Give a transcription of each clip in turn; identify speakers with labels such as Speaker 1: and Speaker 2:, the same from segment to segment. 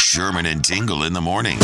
Speaker 1: Sherman and Tingle in the morning.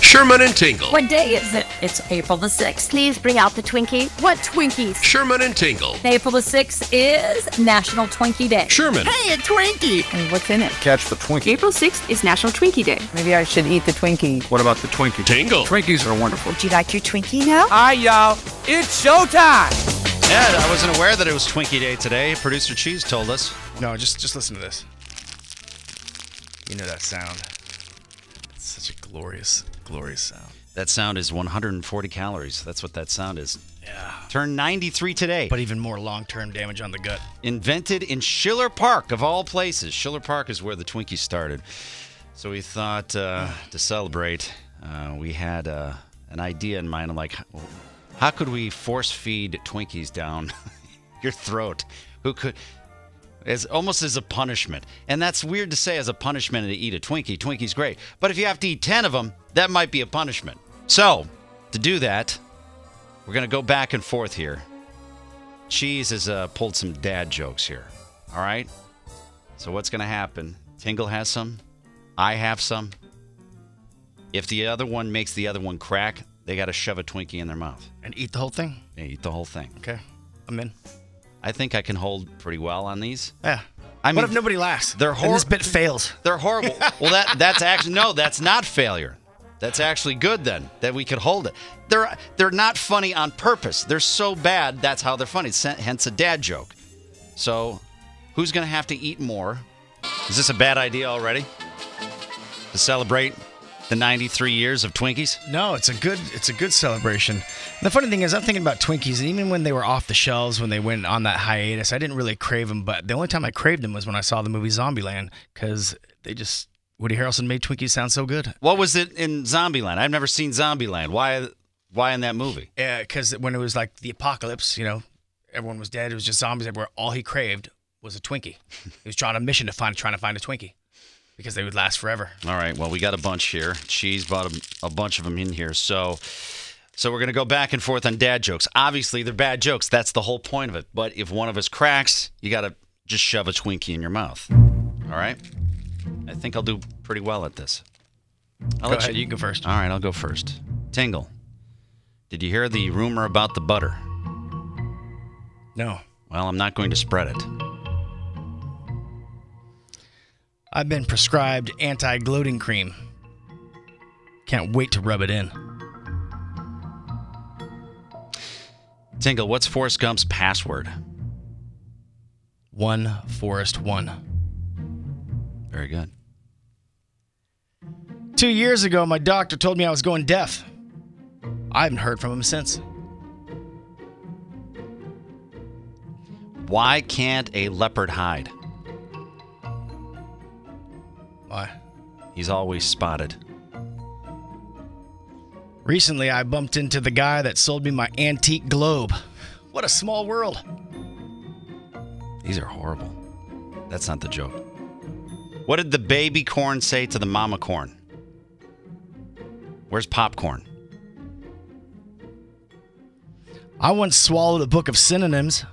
Speaker 2: Sherman and Tingle.
Speaker 3: What day is it? It's April the 6th.
Speaker 4: Please bring out the Twinkie.
Speaker 3: What Twinkies?
Speaker 2: Sherman and Tingle.
Speaker 3: April the 6th is National Twinkie Day.
Speaker 2: Sherman.
Speaker 5: Hey, a Twinkie! And what's in it?
Speaker 6: Catch the Twinkie.
Speaker 7: April 6th is National Twinkie Day.
Speaker 5: Maybe I should eat the Twinkie.
Speaker 6: What about the Twinkie?
Speaker 2: Tingle.
Speaker 6: Twinkies are wonderful.
Speaker 5: Would you like your Twinkie now?
Speaker 8: All right, y'all. It's showtime!
Speaker 9: Yeah, I wasn't aware that it was Twinkie Day today. Producer Cheese told us.
Speaker 10: No, just just listen to this. You know that sound. It's such a glorious, glorious sound.
Speaker 9: That sound is 140 calories. That's what that sound is.
Speaker 10: Yeah.
Speaker 9: Turn 93 today.
Speaker 10: But even more long-term damage on the gut.
Speaker 9: Invented in Schiller Park, of all places. Schiller Park is where the Twinkie started. So we thought uh, to celebrate, uh, we had uh, an idea in mind. I'm like, h- how could we force feed Twinkies down your throat? Who could? As almost as a punishment, and that's weird to say as a punishment to eat a Twinkie. Twinkie's great, but if you have to eat ten of them, that might be a punishment. So, to do that, we're gonna go back and forth here. Cheese has uh, pulled some dad jokes here. All right. So what's gonna happen? Tingle has some. I have some. If the other one makes the other one crack, they got to shove a Twinkie in their mouth.
Speaker 10: And eat the whole thing.
Speaker 9: They eat the whole thing.
Speaker 10: Okay. I'm in.
Speaker 9: I think I can hold pretty well on these.
Speaker 10: Yeah.
Speaker 9: I mean,
Speaker 10: what if nobody laughs?
Speaker 9: they're
Speaker 10: And
Speaker 9: hor-
Speaker 10: this bit fails.
Speaker 9: They're horrible. well, that that's actually no, that's not failure. That's actually good then that we could hold it. They're they're not funny on purpose. They're so bad that's how they're funny. Sen- Hence a dad joke. So, who's gonna have to eat more? Is this a bad idea already? To celebrate the 93 years of Twinkies?
Speaker 10: No, it's a good it's a good celebration. The funny thing is, I'm thinking about Twinkies, and even when they were off the shelves, when they went on that hiatus, I didn't really crave them. But the only time I craved them was when I saw the movie Zombieland, because they just Woody Harrelson made Twinkies sound so good.
Speaker 9: What was it in Zombieland? I've never seen Zombieland. Why why in that movie?
Speaker 10: Yeah, because when it was like the apocalypse, you know, everyone was dead. It was just zombies everywhere. All he craved was a Twinkie. he was trying on a mission to find trying to find a Twinkie because they would last forever.
Speaker 9: All right. Well, we got a bunch here. Cheese bought a, a bunch of them in here. So, so we're gonna go back and forth on dad jokes. Obviously, they're bad jokes. That's the whole point of it. But if one of us cracks, you gotta just shove a Twinkie in your mouth. All right. I think I'll do pretty well at this. I'll
Speaker 10: Go ahead, you go first.
Speaker 9: All right, I'll go first. Tingle. Did you hear the rumor about the butter?
Speaker 10: No,
Speaker 9: Well, I'm not going to spread it.
Speaker 10: I've been prescribed anti-gloating cream. Can't wait to rub it in.
Speaker 9: Tingle, what's Forrest Gump's password?
Speaker 10: One Forest One.
Speaker 9: Very good.
Speaker 10: Two years ago, my doctor told me I was going deaf. I haven't heard from him since.
Speaker 9: Why can't a leopard hide?
Speaker 10: Why?
Speaker 9: He's always spotted.
Speaker 10: Recently, I bumped into the guy that sold me my antique globe. What a small world.
Speaker 9: These are horrible. That's not the joke. What did the baby corn say to the mama corn? Where's popcorn?
Speaker 10: I once swallowed a book of synonyms.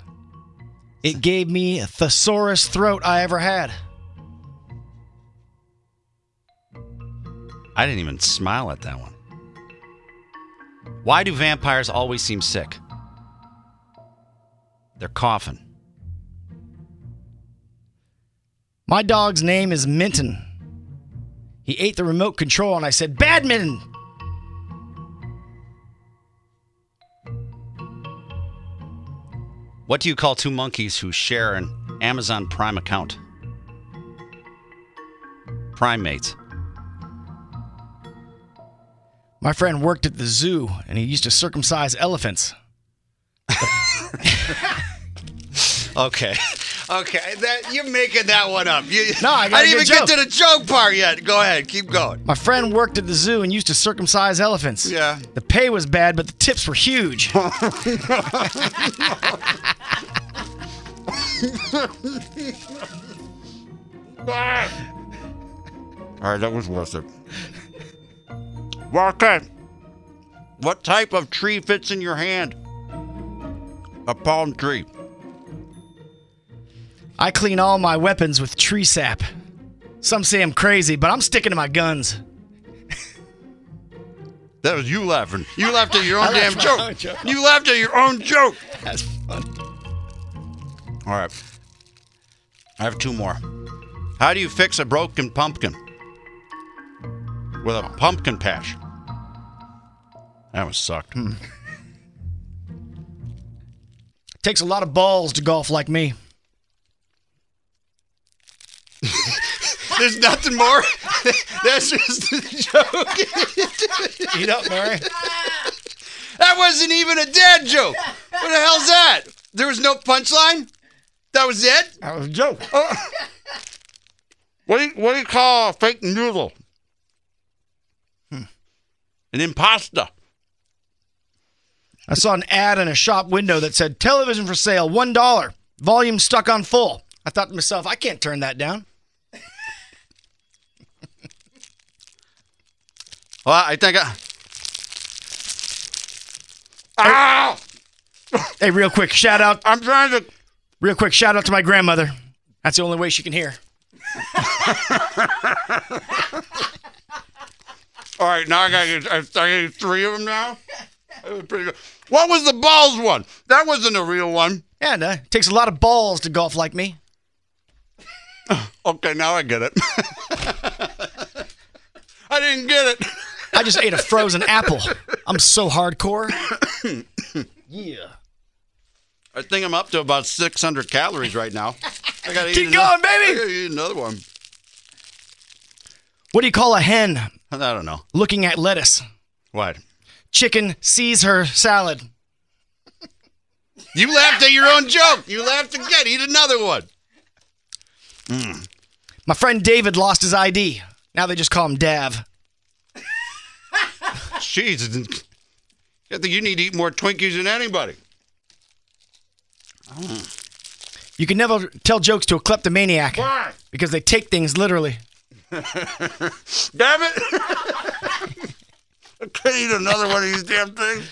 Speaker 10: It gave me a thesaurus throat I ever had.
Speaker 9: I didn't even smile at that one. Why do vampires always seem sick? They're coughing.
Speaker 10: My dog's name is Minton. He ate the remote control and I said, Badminton!
Speaker 9: What do you call two monkeys who share an Amazon Prime account? primates?
Speaker 10: My friend worked at the zoo and he used to circumcise elephants.
Speaker 9: Okay. Okay, that you're making that one up. You,
Speaker 10: No, I got a
Speaker 9: didn't even
Speaker 10: good
Speaker 9: get to the joke part yet. Go ahead, keep going.
Speaker 10: My friend worked at the zoo and used to circumcise elephants.
Speaker 9: Yeah.
Speaker 10: The pay was bad, but the tips were huge.
Speaker 9: All right, that was worth it. Walker, what type of tree fits in your hand? A palm tree.
Speaker 10: I clean all my weapons with tree sap. Some say I'm crazy, but I'm sticking to my guns.
Speaker 9: That was you laughing. You laughed at your own damn
Speaker 10: my
Speaker 9: joke.
Speaker 10: own joke.
Speaker 9: You laughed at your own joke.
Speaker 10: That's funny.
Speaker 9: All right. I have two more. How do you fix a broken pumpkin? With a pumpkin patch. That one sucked.
Speaker 10: Hmm. Takes a lot of balls to golf like me.
Speaker 9: There's nothing more. That's just the joke.
Speaker 10: Eat up, Murray.
Speaker 9: That wasn't even a dad joke. What the hell's that? There was no punchline? That was it? Oh.
Speaker 10: That was a joke.
Speaker 9: What do you, what do you call a fake noodle?
Speaker 10: Hmm.
Speaker 9: An imposter.
Speaker 10: I saw an ad in a shop window that said television for sale, one dollar. Volume stuck on full. I thought to myself, I can't turn that down.
Speaker 9: Well, I think I.
Speaker 10: Hey, real quick, shout out
Speaker 9: I'm trying to.
Speaker 10: real quick, shout out to my grandmother. That's the only way she can hear.
Speaker 9: All right, now I got to get, I gotta get three of them now. That was pretty good. What was the balls one? That wasn't a real one.
Speaker 10: Yeah, no, it takes a lot of balls to golf like me.
Speaker 9: Okay, now I get it. I didn't get it.
Speaker 10: I just ate a frozen apple. I'm so hardcore.
Speaker 9: I think I'm up to about 600 calories right now. I gotta
Speaker 10: Keep
Speaker 9: eat another-
Speaker 10: going, baby!
Speaker 9: I gotta eat another one.
Speaker 10: What do you call a hen
Speaker 9: I don't know.
Speaker 10: looking at lettuce?
Speaker 9: What?
Speaker 10: Chicken sees her salad.
Speaker 9: You laughed at your own joke. You laughed again. Eat another one.
Speaker 10: My friend David lost his ID. Now they just call him Dav.
Speaker 9: Jeez. I think you need to eat more Twinkies than anybody.
Speaker 10: You can never tell jokes to a kleptomaniac
Speaker 9: Why?
Speaker 10: because they take things literally.
Speaker 9: Damn it. I can't eat another one of these damn things.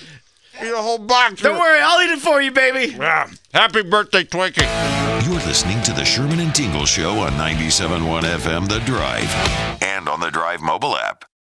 Speaker 9: Eat a whole box.
Speaker 10: Don't worry, I'll eat it for you, baby.
Speaker 9: Yeah. Happy birthday, Twinkie.
Speaker 1: You're listening to the Sherman and Tingle Show on 97.1 FM The Drive and on the Drive mobile app.